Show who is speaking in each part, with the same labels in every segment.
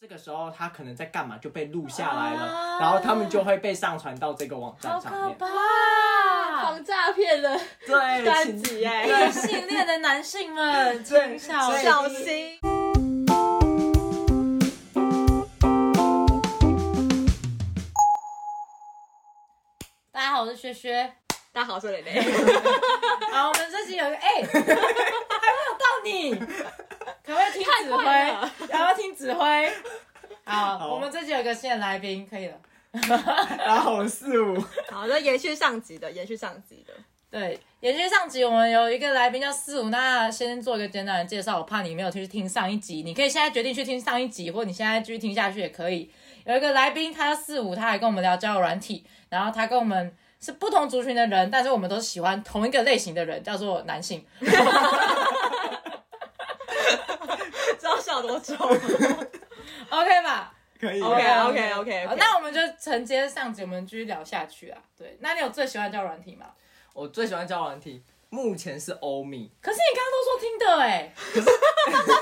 Speaker 1: 这个时候他可能在干嘛就被录下来了，
Speaker 2: 啊
Speaker 1: 然后他们就会被上传到这个网站上面。
Speaker 2: 哇
Speaker 3: 防诈骗的
Speaker 1: 对，
Speaker 3: 单
Speaker 1: 请
Speaker 3: 集哎、
Speaker 2: 异性恋的男性 们，
Speaker 1: 对
Speaker 2: 请小
Speaker 1: 所以
Speaker 2: 心
Speaker 3: 小心！
Speaker 2: 大家好，我是薛薛。
Speaker 3: 大家好，我是蕾蕾。
Speaker 2: 好，我们这集有一个哎，还没有到 你，可不可以听指挥
Speaker 3: 快了？
Speaker 2: 然后听指挥。好，
Speaker 1: 好
Speaker 2: 我们这集有个新的来宾，可以了。
Speaker 1: 然后四五，
Speaker 3: 好，那延续上集的，延续上集的。
Speaker 2: 对，延续上集，我们有一个来宾叫四五，那先做一个简短的介绍，我怕你没有去听上一集，你可以现在决定去听上一集，或你现在继续听下去也可以。有一个来宾，他叫四五，他还跟我们聊交友软体，然后他跟我们是不同族群的人，但是我们都是喜欢同一个类型的人，叫做男性。
Speaker 3: 知道笑多久
Speaker 2: OK 吧
Speaker 1: 可以。
Speaker 3: ？OK OK OK
Speaker 2: 好
Speaker 3: OK。
Speaker 2: 那我们就承接上集，我们继续聊下去啊。对，那你有最喜欢的交友软体吗？
Speaker 1: 我最喜欢交友软体，目前是欧米。
Speaker 2: 可是你刚刚都说听的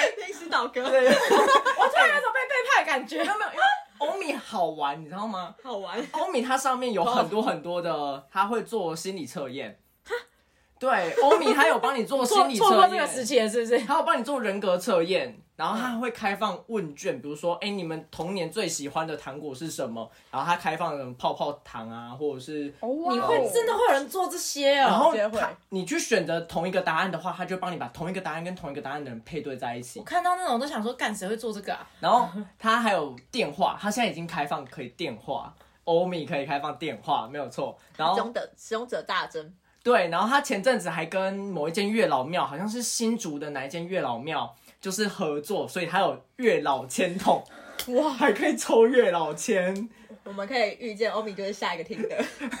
Speaker 2: 哎、
Speaker 3: 历史倒戈，
Speaker 1: 对，
Speaker 2: 我突然有种被背叛的 感觉。
Speaker 1: 没有，因为 欧米好玩，你知道吗？
Speaker 3: 好玩。
Speaker 1: 欧米它上面有很多很多的，它会做心理测验。对，欧米它有帮你做
Speaker 2: 错
Speaker 1: 心理
Speaker 2: 错
Speaker 1: 测
Speaker 2: 过
Speaker 1: 验，
Speaker 2: 这个时期了，是不是？
Speaker 1: 他有帮你做人格测验，然后他会开放问卷，比如说，哎、你们童年最喜欢的糖果是什么？然后他开放了泡泡糖啊，或者是，
Speaker 3: 你
Speaker 2: 你会真的会有人做这些哦？
Speaker 1: 然后
Speaker 3: 直接会
Speaker 1: 他你去选择同一个答案的话，他就帮你把同一个答案跟同一个答案的人配对在一起
Speaker 2: 我。看到那种都想说，干谁会做这个啊？
Speaker 1: 然后他还有电话，他现在已经开放可以电话，欧米可以开放电话，没有错。然
Speaker 3: 使
Speaker 1: 后
Speaker 3: 用者使用者大增，
Speaker 1: 对，然后他前阵子还跟某一间月老庙，好像是新竹的哪一间月老庙，就是合作，所以他有月老签筒，哇， 还可以抽月老签，
Speaker 3: 我们可以预见欧米就是下一个听的。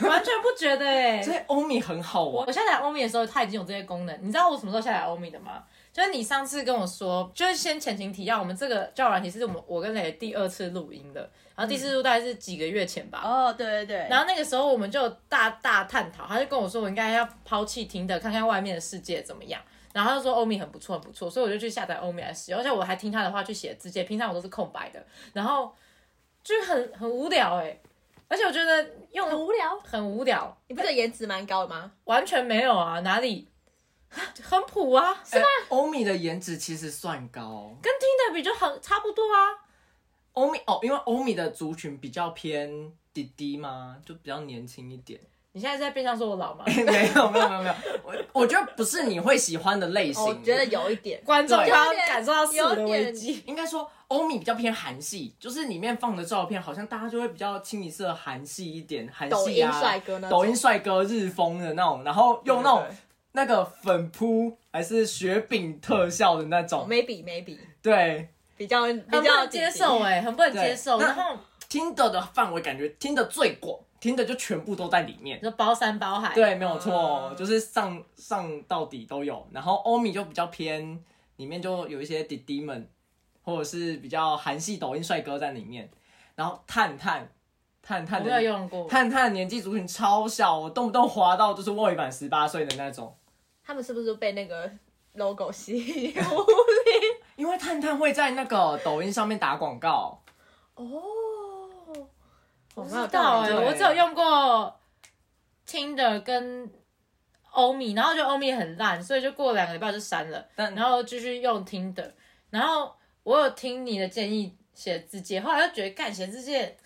Speaker 2: 完全不觉得 哎、
Speaker 1: 所以欧米很好
Speaker 2: 我
Speaker 1: 玩
Speaker 2: 我。下载欧米的时候，它已经有这些功能。你知道我什么时候下载欧米的吗？就是你上次跟我说，就是先前情提要，我们这个交友软体是我们我跟磊第二次录音的，然后第四次录大概是几个月前吧。
Speaker 3: 哦，对对对。
Speaker 2: 然后
Speaker 3: 后
Speaker 2: 那个时候我们就有大大探讨，他就跟我说我应该要抛弃听的，看看外面的世界怎么样。然后他就说欧米很不错，很不错，所以我就去下载欧米来使用，而且我还听他的话去写字节，平常我都是空白的，然后就很很无聊哎、而且我觉得用
Speaker 3: 很无聊，
Speaker 2: 很无聊，
Speaker 3: 你不觉得颜值蛮高的吗？
Speaker 2: 完全没有啊，哪里很普啊，
Speaker 1: 是吗？欧米的颜值其实算高，
Speaker 2: 跟听的比就很差不多啊。
Speaker 1: 欧米哦，因为欧米的族群比较偏弟弟嘛，就比较年轻一点。
Speaker 2: 你现在是在变相说我老 吗？
Speaker 1: 没有没有没有没有，我我觉得不是你会喜欢的类型。
Speaker 3: 哦我觉得有一 点。
Speaker 2: 观众
Speaker 1: 对
Speaker 2: 刚刚感受到四五的
Speaker 3: 有
Speaker 2: 危
Speaker 3: 点
Speaker 2: 机，
Speaker 1: 应该说欧米比较偏韩系，就是里面放的照片好像大家就会比较清一色韩系一点，韩
Speaker 3: 抖
Speaker 1: 系
Speaker 3: 音
Speaker 1: 啊，
Speaker 3: 帅哥呢？
Speaker 1: 抖音帅哥日风的那种，然后用那种
Speaker 3: 对对
Speaker 1: 那个粉扑还是雪饼特效的那种，
Speaker 3: maybe maybe
Speaker 1: 对，
Speaker 3: 比较比
Speaker 2: 很不
Speaker 3: 较
Speaker 2: 能接受
Speaker 3: 欸
Speaker 2: 哎、很不能接受。
Speaker 1: 对那
Speaker 2: 然后
Speaker 1: 听的的范围感觉听的最广，听的就全部都在里面
Speaker 2: 你。说包山包海，
Speaker 1: 对，没有错，
Speaker 3: 嗯
Speaker 1: 就是上上到底都有。然后欧米就比较偏，里面就有一些弟弟们，或者是比较韩系抖音帅哥在里面。然后探探，探
Speaker 2: 我
Speaker 1: 探
Speaker 2: 没有
Speaker 1: 的
Speaker 2: 用过。
Speaker 1: 探探的年纪族群超小，我动不动滑到就是未满十八岁的那种。
Speaker 3: 他们是不是被那个 logo 吸引？
Speaker 1: 因为探探会在那个抖音上面打广告，
Speaker 3: 哦，我
Speaker 2: 不知道哎、
Speaker 1: 欸对
Speaker 2: 我只有用过 Tinder 跟欧米，然后就欧米很烂，所以就过两个礼拜就删了，
Speaker 1: 但
Speaker 2: 然后继续用 Tinder，然后我有听你的建议写字界，后来就觉得干写字界，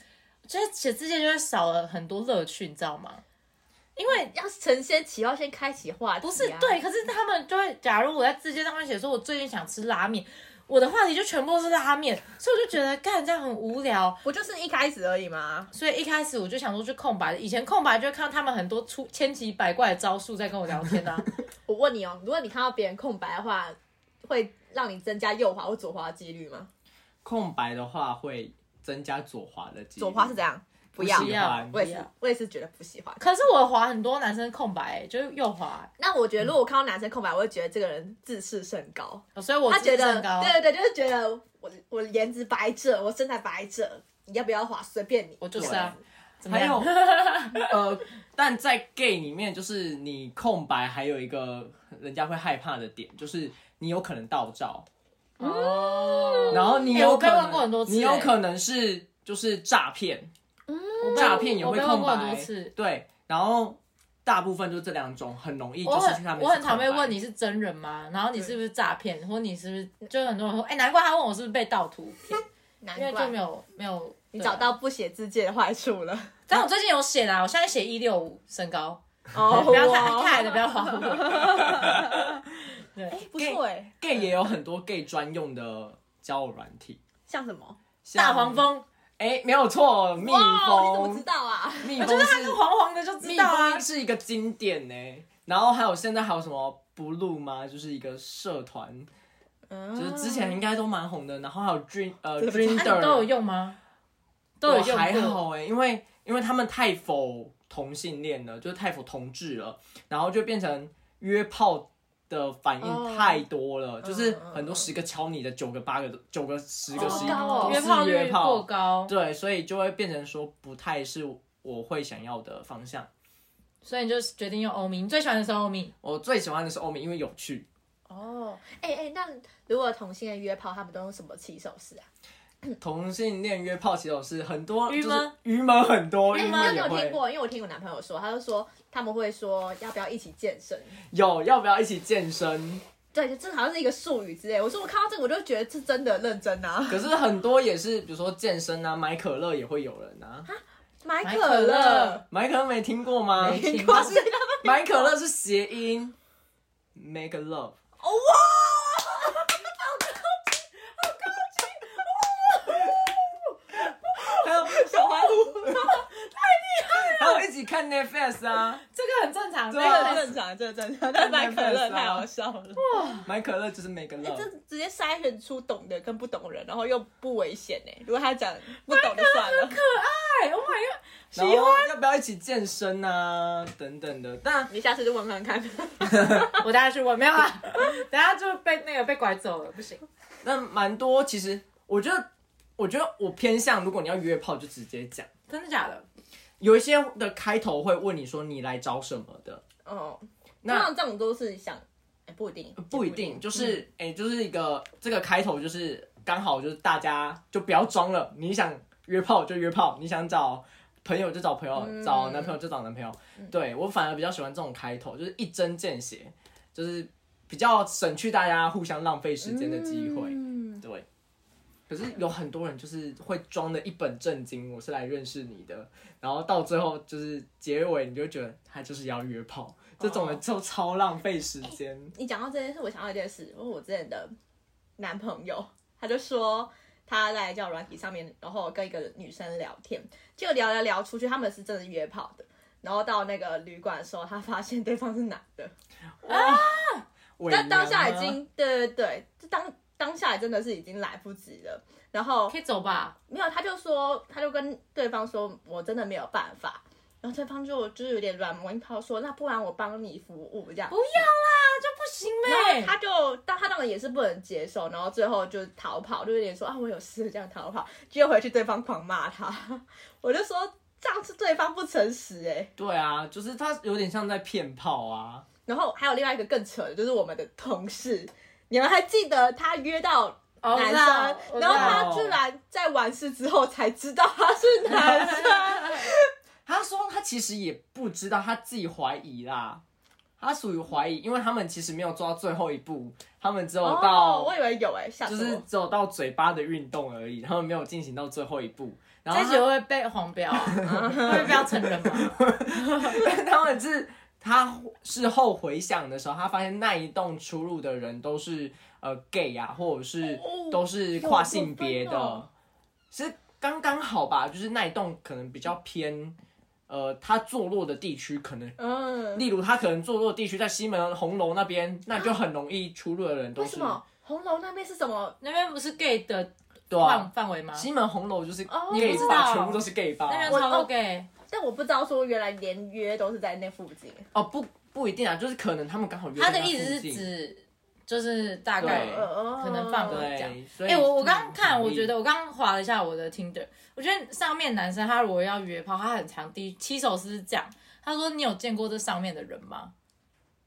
Speaker 2: 我觉得写字界就会少了很多乐趣，你知道吗？因为
Speaker 3: 要承先启后，先开启话题、啊
Speaker 2: 不是、对，，可是他们就会，假如我在字界上面写说我最近想吃拉面，我的话题就全部都是拉面，所以我就觉得干这样很无聊，
Speaker 3: 不就是一开始而已吗？
Speaker 2: 所以一开始我就想说去空白的，以前空白就会看到他们很多出千奇百怪的招数在跟我聊天 啊，
Speaker 3: 我问你哦，如果你看到别人空白的话，会让你增加右滑或左滑的几率吗？
Speaker 1: 空白的话会增加左滑的几率。
Speaker 3: 左滑是怎样？不要
Speaker 1: 不，
Speaker 2: 不
Speaker 1: 喜
Speaker 2: 要
Speaker 1: 欢
Speaker 3: 我
Speaker 2: 不
Speaker 3: 也是
Speaker 2: 要。，
Speaker 3: 我也是觉得不喜欢。
Speaker 2: 可是我滑很多男生空白、欸就是右滑、
Speaker 3: 那我觉得，如果我看到男生空白，我会觉得这个人自视甚高，
Speaker 2: 所以我
Speaker 3: 他
Speaker 2: 自
Speaker 3: 觉
Speaker 2: 视
Speaker 3: 得，
Speaker 2: 哦甚高，
Speaker 3: 对对对，就是觉得我我颜值摆这，我身材摆这，你要不要滑随便你。
Speaker 2: 我就是啊，怎么
Speaker 1: 还有
Speaker 2: 样？
Speaker 1: 呃，但在 gay 里面，就是你空白还有一个人家会害怕的点，就是你有可能盗照。
Speaker 2: 嗯哦
Speaker 1: 然后你
Speaker 2: 哎
Speaker 1: 有
Speaker 2: 我
Speaker 1: 可
Speaker 2: 被
Speaker 1: 能，
Speaker 2: 问过很多次
Speaker 1: 你有
Speaker 2: 哎
Speaker 1: 可能是就是诈骗，
Speaker 2: 我被
Speaker 1: 诈骗也
Speaker 2: 我
Speaker 1: 会
Speaker 2: 被问
Speaker 1: 空
Speaker 2: 过很
Speaker 1: 白
Speaker 2: 多次。，
Speaker 1: 对，然后大部分就这两种，很容易
Speaker 2: 我
Speaker 1: 就是去他
Speaker 2: 很
Speaker 1: 们
Speaker 2: 我很常被问
Speaker 1: 你，
Speaker 2: 你是真人吗？然后你是不是诈骗，或你是不是就很多人说，哎、难怪他问我是不是被盗图骗，因
Speaker 3: 难
Speaker 2: 为就没
Speaker 3: 怪
Speaker 2: 有没有
Speaker 3: 你
Speaker 2: 对啊
Speaker 3: 找到不写字界的坏处了。
Speaker 2: 但我最近有写啦，我现在写一六五身高，
Speaker 3: 哦
Speaker 2: 不要太太矮的不要划我。对，
Speaker 3: 不错哎，
Speaker 1: gay 也有很多 gay 专用的交友软体，
Speaker 3: 像什么？
Speaker 1: 像
Speaker 2: 大黄，蜂，
Speaker 1: 哎，没有错，蜜
Speaker 3: 哦，你怎么知
Speaker 1: 蜂，
Speaker 3: 道啊？
Speaker 1: 蜜
Speaker 2: 我
Speaker 1: 蜂
Speaker 2: 觉得它
Speaker 1: 是
Speaker 2: 是黄黄的就知
Speaker 1: 蜜
Speaker 2: 道啊
Speaker 1: 蜂。是一个经典呢，然后还有现在还有什么 blue 吗？就是一个社团，
Speaker 2: 嗯
Speaker 1: 就是之前应该都蛮红的，然后还有 dream 呃
Speaker 3: 对不起
Speaker 2: 那、你
Speaker 1: dreamer
Speaker 2: 都有用吗？都有
Speaker 1: 我
Speaker 2: 用
Speaker 1: 还
Speaker 2: 过。
Speaker 1: 好哎、因为因为他们太否同性恋了，就是太否同志了，然后就变成约炮的反应太多
Speaker 2: 哦
Speaker 1: 了，就是很多十个敲你的，九个八个都，九个十个
Speaker 2: 好
Speaker 1: 十一
Speaker 2: 高
Speaker 1: 个
Speaker 2: 哦，
Speaker 1: 都
Speaker 2: 约
Speaker 1: 是
Speaker 2: 炮
Speaker 1: 约
Speaker 2: 率过高，
Speaker 1: 对，所以就会变成说不太是我会想要的方向。
Speaker 2: 所以你就决定用欧米。你最喜欢的是欧米，
Speaker 1: 我最喜欢的是欧美，因为有趣。
Speaker 3: 哦，哎哎，那如果同性恋约炮，他们都用什么起手式啊？
Speaker 1: 同性恋约炮其实是很多，
Speaker 2: 鱼
Speaker 1: 就
Speaker 2: 吗
Speaker 1: 是鱼们很多，
Speaker 3: 哎
Speaker 1: 鱼
Speaker 3: 那
Speaker 1: 们
Speaker 3: 你
Speaker 1: 也
Speaker 3: 有
Speaker 1: 会
Speaker 3: 听过？因为我听我男朋友说，他就说他们会说要不要一起健身，
Speaker 1: 有要不要一起健身？
Speaker 3: 对，这好像是一个术语之类。我说我看到这个，我就觉得是真的认真啊，
Speaker 1: 可是很多也是，比如说健身啊，买可乐也会有人啊。
Speaker 3: 买
Speaker 2: 买
Speaker 3: 可
Speaker 2: 可
Speaker 3: 乐
Speaker 2: 乐。
Speaker 1: 买可乐没听过吗？
Speaker 2: 没听过
Speaker 1: 它是 买可乐是谐音，make love。
Speaker 3: 哦哇！
Speaker 1: 还有小欢呼，太厉害 了！还有一起看 Netflix 啊，
Speaker 2: 这个很正常。这
Speaker 1: 对
Speaker 2: 个
Speaker 1: 啊
Speaker 2: 很
Speaker 3: 这正常，这正 常，但买可乐太好笑了。
Speaker 1: 买可乐就是 make
Speaker 3: 哎
Speaker 1: love
Speaker 3: 这。直接筛选出懂的跟不懂的人，然后又不危险呢。如果他讲不懂就算了，
Speaker 2: 哎，Oh my god！
Speaker 1: 然后要不要一起健身啊？等等的，但
Speaker 3: 你下次就问看看。
Speaker 2: 我等下去问，没有啊，等下就被那个被拐走了，不行。
Speaker 1: 但蛮多。其实我觉得，我觉得我偏向，如果你要约炮，就直接讲。
Speaker 2: 真的假的？
Speaker 1: 有一些的开头会问你说你来找什么的，
Speaker 3: 哦，
Speaker 1: 那呃
Speaker 3: 那这种都是想，哎，不一定，
Speaker 1: 不一定，就是哎、诶就是一个这个开头，就是刚好就是大家就不要装了，你想约炮就约炮，你想找朋友就找朋友，
Speaker 3: 嗯
Speaker 1: 找男朋友就找男朋友。对我反而比较喜欢这种开头，就是一针见血，就是比较省去大家互相浪费时间的机会。
Speaker 3: 嗯
Speaker 1: 对，可是有很多人就是会装的一本正经，我是来认识你的，然后到最后就是结尾，你就会觉得他就是要约炮，这种人就超浪费时间。
Speaker 3: 你讲到这件事，我想到一件事，因为我之前的男朋友，他就说他在交友软体上面，然后跟一个女生聊天，就聊聊聊出去，他们是真的约炮的。然后到那个旅馆的时候，他发现对方是男的，
Speaker 1: 伪
Speaker 3: 但当下已
Speaker 1: 娘吗
Speaker 3: 经对对对，就当当下真的是已经来不及了。然后
Speaker 2: 可以走吧？
Speaker 3: 没有，他就说，他就跟对方说，我真的没有办法。然后对方就就是有点软磨硬泡说，那不然我帮你服务这样
Speaker 2: 不。要啦，就不行
Speaker 3: 然后
Speaker 2: 呗。
Speaker 3: 他就，但他当然也是不能接受，然后最后就逃跑，就有点说啊，我有事这样逃跑， 结果回去对方狂骂他，我就说这样是对方不诚实哎、
Speaker 1: 对啊，就是他有点像在骗炮啊。
Speaker 3: 然后还有另外一个更扯的，就是我们的同事，你们还记得他约到
Speaker 2: 哦我
Speaker 3: 男
Speaker 2: 知
Speaker 3: 生
Speaker 2: 道我知
Speaker 3: 然后
Speaker 2: 道
Speaker 3: 他居然在完事之后才知道他是男生，
Speaker 1: 他说他其实也不知道，他自己怀疑啦，他属于怀疑，因为他们其实没有做到最后一步，他们只有
Speaker 3: 哦
Speaker 1: 到、
Speaker 3: 我以为有哎、欸，吓
Speaker 1: 就
Speaker 3: 死我！
Speaker 1: 是只有到嘴巴的运动而已，他们没有进行到最后一步。然后
Speaker 2: 这
Speaker 1: 他
Speaker 2: 集会不会被黄标 啊，会被标成人吗？
Speaker 1: 他们是他事后回想的时候，他发现那一栋出入的人都是呃 gay 啊，或者是
Speaker 3: 哦
Speaker 1: 都是跨性别
Speaker 3: 有有分哦
Speaker 1: 的，是刚刚好吧？就是那一栋可能比较偏，呃，它坐落的地区可能。
Speaker 3: 嗯，
Speaker 1: 例如，它可能坐落的地区在西门红楼那边，那就很容易出入的人都
Speaker 3: 为
Speaker 1: 是
Speaker 3: 什么红楼那边是什么？
Speaker 2: 那边不是 gay 的
Speaker 1: 对啊
Speaker 2: 范。范围吗？
Speaker 1: 西门红楼就是哦
Speaker 3: 哦
Speaker 1: gay
Speaker 2: 我知
Speaker 1: 吧，
Speaker 2: 道
Speaker 1: 全部都是 gay 吧。
Speaker 2: 那边
Speaker 3: 我
Speaker 2: 超多 gay，
Speaker 3: 但我不知道说原来连约都是在那附近。
Speaker 1: 哦，不不一定啊，就是可能他们刚好约
Speaker 2: 他
Speaker 1: 在
Speaker 2: 的
Speaker 1: 那
Speaker 2: 意思
Speaker 1: 附近
Speaker 2: 是指就是大概
Speaker 1: 对
Speaker 3: 呃
Speaker 2: 可能范围
Speaker 1: 对，所以
Speaker 2: 哎、我我刚
Speaker 1: 嗯
Speaker 2: 刚看，
Speaker 1: 很
Speaker 2: 我
Speaker 1: 容易
Speaker 2: 觉得我刚刚划了一下我的 Tinder，我觉得上面男生他如果要约炮，他很常第一起手是这样，他说你有见过这上面的人吗？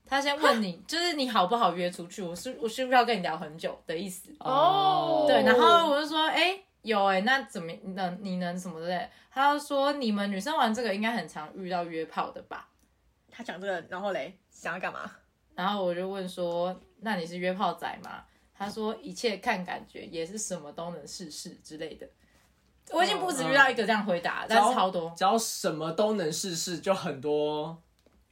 Speaker 2: 他先问你，就是你好不好约出去？我是我是不是要跟你聊很久的意思？
Speaker 3: 哦
Speaker 2: 对，然后我就说，哎、有哎、那怎么能你能什么之类的？他就说你们女生玩这个应该很常遇到约炮的吧？
Speaker 3: 他讲这个，然后嘞，想要干嘛？
Speaker 2: 然后我就问说，那你是约炮仔吗？他说一切看感觉，也是什么都能试试之类的。我已经不止遇到一个这样回答，但是超多，
Speaker 1: 只要什么都能试试，就很多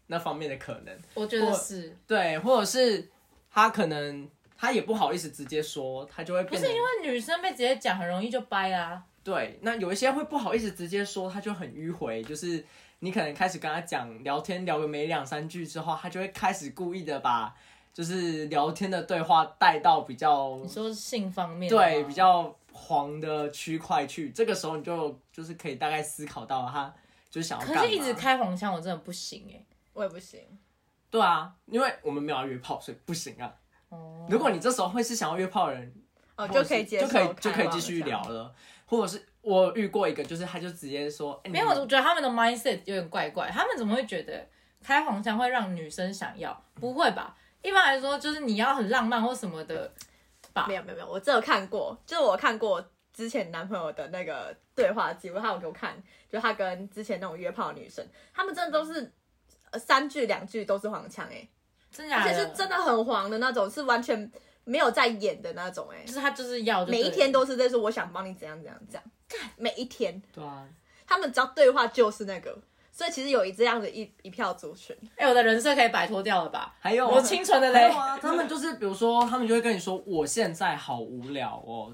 Speaker 1: 那方面的可能。
Speaker 2: 我觉得是
Speaker 1: 对，或者是他可能他也不好意思直接说，他就会
Speaker 2: 不
Speaker 1: 变
Speaker 2: 是
Speaker 1: 成
Speaker 2: 因为女生被直接讲很容易就掰啦、
Speaker 1: 对。那有一些会不好意思直接说，他就很迂回，就是你可能开始跟他讲聊天，聊个没两三句之后，他就会开始故意的把就是聊天的对话带到比较
Speaker 2: 你说性方面的吗
Speaker 1: 对比较黄的区块去，这个时候你就就是可以大概思考到他就是想要
Speaker 2: 可
Speaker 1: 干嘛
Speaker 2: 是一直开黄腔，我真的不行哎、
Speaker 3: 我也不行，
Speaker 1: 对啊，因为我们没有要约炮，所以不行啊。
Speaker 2: 哦，
Speaker 1: 如果你这时候会是想要约炮的人，
Speaker 3: 哦，
Speaker 1: 或者
Speaker 3: 就是可以接受，
Speaker 1: 就可以就可
Speaker 3: 开
Speaker 1: 以
Speaker 3: 放
Speaker 1: 继续
Speaker 3: 这样
Speaker 1: 聊。了。或者是我遇过一个，就是他就直接说，哎你
Speaker 2: 没有，我觉得他们的 mindset 有点怪怪，他们怎么会觉得开黄腔会让女生想要？不会吧？一般来说，就是你要很浪漫或什么的，
Speaker 3: 没有没有没有，我只有看过，就是我看过之前男朋友的那个对话记录，他有给我看，就他跟之前那种约炮的女生，他们真的都是呃三句两句都是黄腔哎、
Speaker 2: 真假
Speaker 3: 而
Speaker 2: 的？
Speaker 3: 且是真的很黄的那种，是完全没有在演的那种哎、
Speaker 2: 就是他就是要就
Speaker 3: 每
Speaker 2: 对了
Speaker 3: 一天都是在说我想帮你怎样怎样怎样，干每一天
Speaker 1: 对啊，
Speaker 3: 他们只要对话就是那个，所以其实有一这样的一一票族群，
Speaker 2: 哎、我的人设可以摆脱掉了吧？
Speaker 1: 还
Speaker 3: 啊
Speaker 1: 有
Speaker 2: 我清纯的
Speaker 1: 还
Speaker 2: 嘞
Speaker 1: 有。啊， 他们就是比如说，他们就会跟你说，我现在好无聊哦，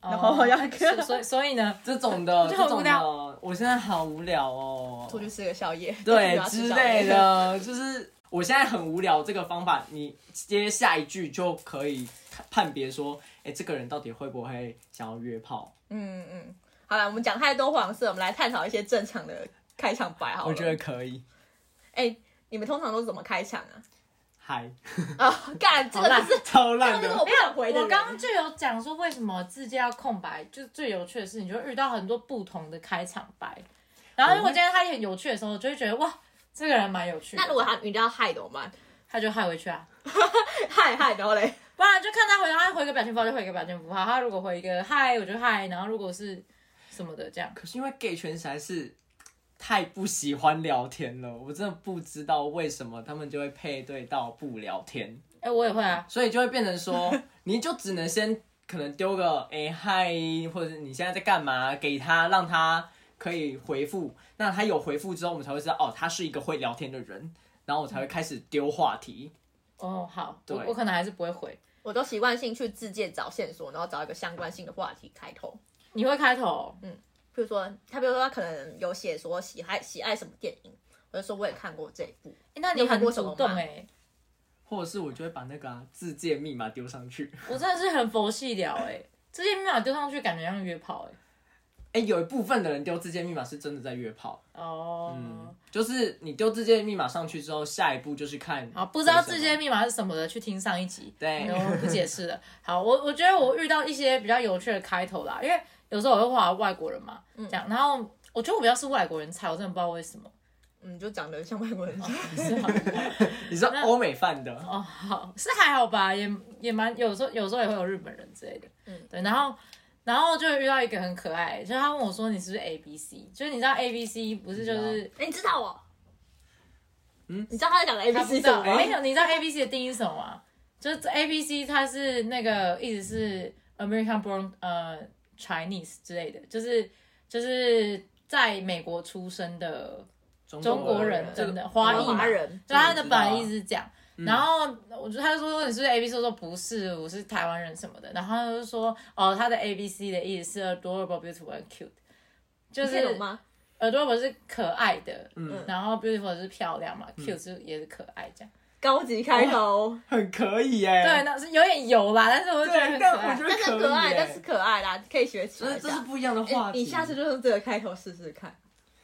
Speaker 2: 然
Speaker 3: 然后我要
Speaker 2: 是所以所以呢，
Speaker 1: 这种的，
Speaker 2: 就
Speaker 1: 这
Speaker 2: 很
Speaker 1: 种
Speaker 2: 无聊
Speaker 1: 的，我现在好无聊哦，
Speaker 3: 出去吃个宵夜，
Speaker 1: 对
Speaker 3: 出去 要吃
Speaker 1: 之
Speaker 3: 宵夜
Speaker 1: 类，的， 就是我现在很无聊。这个方法，你接下一句就可以判别说，哎、这个人到底会不会想要约炮？
Speaker 3: 嗯嗯。好了，我们讲太多黄色，我们来探讨一些正常的开场白好了。
Speaker 1: 我觉得可以。
Speaker 3: 哎、你们通常都是怎么开场啊？
Speaker 1: 嗨，
Speaker 3: 啊，干，这
Speaker 2: 好
Speaker 3: 个就
Speaker 2: 啦
Speaker 3: 是
Speaker 1: 超
Speaker 3: 这
Speaker 1: 烂
Speaker 3: 个就是
Speaker 1: 的
Speaker 3: 我，不想回的
Speaker 2: 我
Speaker 3: 人。
Speaker 2: 刚刚就有讲说为什么字界要空白，就是最有趣的事，你就会遇到很多不同的开场白。然后如
Speaker 3: 嗯
Speaker 2: 果今天他很有趣的时候，我就会觉得哇，这个人蛮有趣的。
Speaker 3: 那如果他你知道嗨怎么 办？
Speaker 2: 他就害回去啊，
Speaker 3: 嗨嗨，然后嘞，
Speaker 2: 不然就看他回答，他回个表情符号就回个表情符号，他如果回一个嗨，我就嗨，然后如果是什么的这样，
Speaker 1: 可是因为 gay 圈实在是太不喜欢聊天了，我真的不知道为什么他们就会配对到不聊 天，
Speaker 2: 哎、我也会啊，
Speaker 1: 所以就会变成说，你就只能先可能丢个哎嗨、或者是你现在在干嘛，给他让他可以回复。那他有回复之后，我们才会知道哦，他是一个会聊天的人，然后我才会开始丢话题。
Speaker 2: 哦好，我
Speaker 1: 对
Speaker 2: 我可能还是不会回，
Speaker 3: 我都习惯性去自荐找线索，然后找一个相关性的话题开头。
Speaker 2: 你会开头，哦
Speaker 3: 比如说，他比如说他可能有写说喜爱喜爱什么电影，我就说我也看过这一部。
Speaker 2: 哎那你
Speaker 3: 你有看
Speaker 2: 很
Speaker 3: 过什么
Speaker 2: 主动
Speaker 3: 吗
Speaker 2: 哎、
Speaker 1: 或者是我就会把那个、啊、自界密码丢上去。
Speaker 2: 我真的是很佛系聊哎、这些密码丢上去感觉像约炮
Speaker 1: 哎、
Speaker 2: 哎、
Speaker 1: 有一部分的人丢自界密码是真的在约炮，
Speaker 2: 哦、
Speaker 1: 嗯，就是你丢自界密码上去之后，下一步就是看
Speaker 2: 好，哦不知道这
Speaker 1: 回什
Speaker 2: 些
Speaker 1: 么哎
Speaker 2: 密码是嗯什么的，去听上 一集。
Speaker 1: 对
Speaker 2: 然后不解释了。好，我我觉得我遇到一些比较有趣的开头啦，因为有时候我会画外国人嘛，这样，然后我觉得我比较是外国人菜，我真的不知道为什么。
Speaker 3: 嗯，就讲的像外国人。
Speaker 1: 你知道欧美范的，
Speaker 2: 哦，好，是还好吧，也也蛮有时候有时候也会有日本人之类的，嗯，对，然后。然后就遇到一个很可爱，就是他问我说：“你是不是 A B C？” 就是你知道 A B C 不是就是
Speaker 3: 哎、你知道我？
Speaker 1: 嗯
Speaker 3: 你知道他在讲的 A
Speaker 2: 他
Speaker 3: B
Speaker 2: 不知
Speaker 3: C
Speaker 2: 道，
Speaker 3: 什
Speaker 1: 哎
Speaker 3: 么？
Speaker 2: 没有，你知道 A B C 的定义是什么吗？就是 A B C 它是那个一直是 American born 呃 Chinese 之类的，就是就是在美国出生的中国人嗯
Speaker 1: 这
Speaker 2: 真
Speaker 1: 个
Speaker 2: 的华裔嘛
Speaker 3: 华人
Speaker 2: 就他的本来意思是这样。然后我就他就说你是不是 A B C，我说不是，我是台湾人什么的。然后他就说哦，他的 A B C 的意思是 adorable, beautiful and cute，就
Speaker 3: 你
Speaker 2: 是
Speaker 3: 听懂吗？
Speaker 2: adorable 是可爱的，
Speaker 1: 嗯
Speaker 2: 然后 beautiful 是漂亮嘛、c u t e 是也是可爱这样。
Speaker 3: 高级开头，
Speaker 1: 很可以耶、
Speaker 2: 对，那是有点油啦，但是我就觉得
Speaker 1: 对，
Speaker 2: 很
Speaker 1: 但
Speaker 2: 可
Speaker 1: 我
Speaker 2: 爱
Speaker 1: 觉。得
Speaker 3: 但
Speaker 1: 可
Speaker 3: 是
Speaker 1: 以耶
Speaker 3: 可爱，但是可爱啦，可以学起
Speaker 1: 这
Speaker 3: 来
Speaker 1: 是
Speaker 3: 一下。
Speaker 1: 这是不一样的
Speaker 3: 哎
Speaker 1: 话题。
Speaker 3: 你下次就用这个开头试试看，